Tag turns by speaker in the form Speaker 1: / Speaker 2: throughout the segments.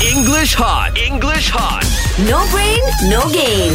Speaker 1: English hot. English hot.
Speaker 2: No brain, no game.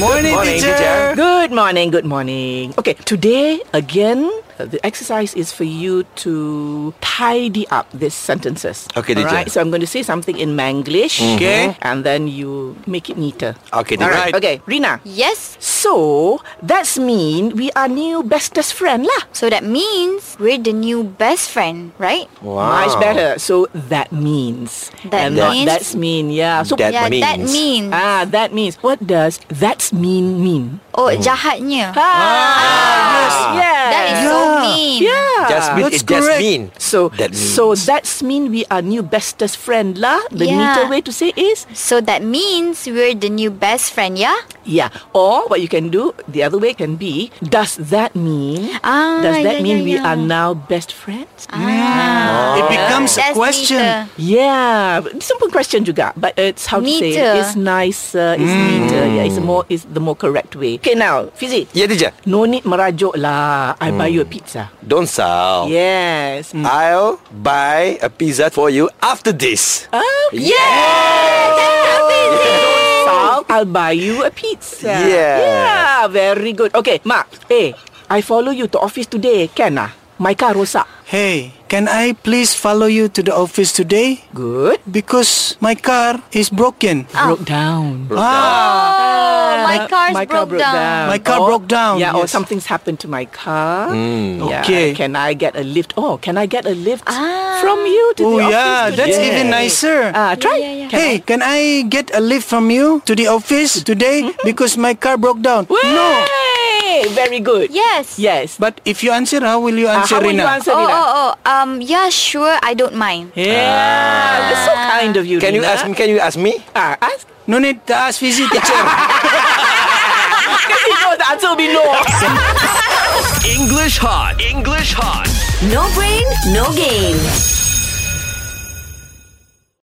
Speaker 3: Morning,
Speaker 4: Morning, teacher.
Speaker 3: Good morning, good morning. Okay, today again, uh, the exercise is for you to tidy up these sentences.
Speaker 4: Okay,
Speaker 3: All
Speaker 4: teacher.
Speaker 3: right, so I'm going to say something in Manglish.
Speaker 4: Okay.
Speaker 3: And then you make it neater.
Speaker 4: Okay,
Speaker 3: All
Speaker 4: teacher.
Speaker 3: right. Okay, Rina.
Speaker 2: Yes.
Speaker 3: So that's mean we are new bestest friend lah.
Speaker 2: So that means we're the new best friend, right?
Speaker 4: Wow.
Speaker 3: Much better. So that means.
Speaker 2: That
Speaker 3: and
Speaker 2: means-
Speaker 3: not that's mean. Yeah. So
Speaker 4: That
Speaker 2: yeah, that
Speaker 4: means.
Speaker 2: means.
Speaker 3: ah, that means. What does that's mean mean?
Speaker 2: oh, jahatnya.
Speaker 4: Ah.
Speaker 3: Ah, yes, yes.
Speaker 2: That is so mean.
Speaker 3: Yeah.
Speaker 4: Just mean,
Speaker 5: That's
Speaker 4: it just
Speaker 5: correct.
Speaker 4: mean.
Speaker 3: So
Speaker 4: eh, that means.
Speaker 3: so that's mean we are new bestest friend lah. The
Speaker 2: Yeah.
Speaker 3: neater way to say is
Speaker 2: So that means we're the new best friend, yeah?
Speaker 3: yeah. Or what you can do the other way can be does that mean
Speaker 2: Ah,
Speaker 3: does that
Speaker 2: yeah,
Speaker 3: mean
Speaker 2: yeah,
Speaker 3: we
Speaker 2: yeah.
Speaker 3: are now best friends?
Speaker 2: Ah.
Speaker 5: It becomes a
Speaker 2: That's
Speaker 5: question.
Speaker 2: neater.
Speaker 3: Yeah, simple question juga, but it's how to say
Speaker 2: Neater.
Speaker 3: it. it's nicer, it's
Speaker 4: Mm.
Speaker 3: neater. Yeah, it's more it's the more correct way. Okay, now Fizi,
Speaker 4: Yeah, teacher.
Speaker 3: no need merajuk lah. I buy you a pizza.
Speaker 4: Don't sell.
Speaker 3: Yes.
Speaker 4: Mm. I'll buy a pizza for you after this.
Speaker 3: Okay. Sal, I'll buy you a pizza.
Speaker 4: Yes.
Speaker 3: Yeah, very good. Okay, Mark. Hey, I follow you to office today. Can ah? My car rosak.
Speaker 5: Hey, can I please follow you to the office today?
Speaker 3: Good.
Speaker 5: Because my car is broken.
Speaker 3: Broke down.
Speaker 5: Ah,
Speaker 2: Oh, my car's
Speaker 3: my car
Speaker 2: broke, down.
Speaker 5: My car
Speaker 3: Or-
Speaker 5: broke down,
Speaker 3: Yeah, or
Speaker 5: yes.
Speaker 3: something's happened to my car.
Speaker 4: Mm.
Speaker 3: Yeah,
Speaker 5: Okay.
Speaker 3: Can I get a lift? Oh, can I get a lift
Speaker 2: Ah.
Speaker 3: from you to
Speaker 5: oh
Speaker 3: the office?
Speaker 5: yeah, that's
Speaker 3: today?
Speaker 5: even nicer.
Speaker 3: Ah, try.
Speaker 2: Yeah, yeah, yeah.
Speaker 3: Can
Speaker 5: hey, can I get a lift from you to the office today
Speaker 3: Hmm?
Speaker 5: because my car broke down?
Speaker 3: I-
Speaker 5: No.
Speaker 3: Way! Very good.
Speaker 2: Yes.
Speaker 3: Yes.
Speaker 5: But if you answer, how will you
Speaker 3: Ah,
Speaker 5: answer,
Speaker 3: how will you
Speaker 5: Rina?
Speaker 3: answer,
Speaker 2: Oh,
Speaker 3: Rina?
Speaker 2: oh, oh. Um, yeah, sure. I don't mind.
Speaker 3: Yeah, that's so
Speaker 2: Ah.
Speaker 3: kind of you.
Speaker 4: Can you
Speaker 3: Rina.
Speaker 4: ask me? Can you ask me?
Speaker 3: Ah, ask.
Speaker 5: No need to ask visit teacher.
Speaker 3: Because he knows the answer will be no.
Speaker 1: English hot. English hot.
Speaker 2: No brain, no game.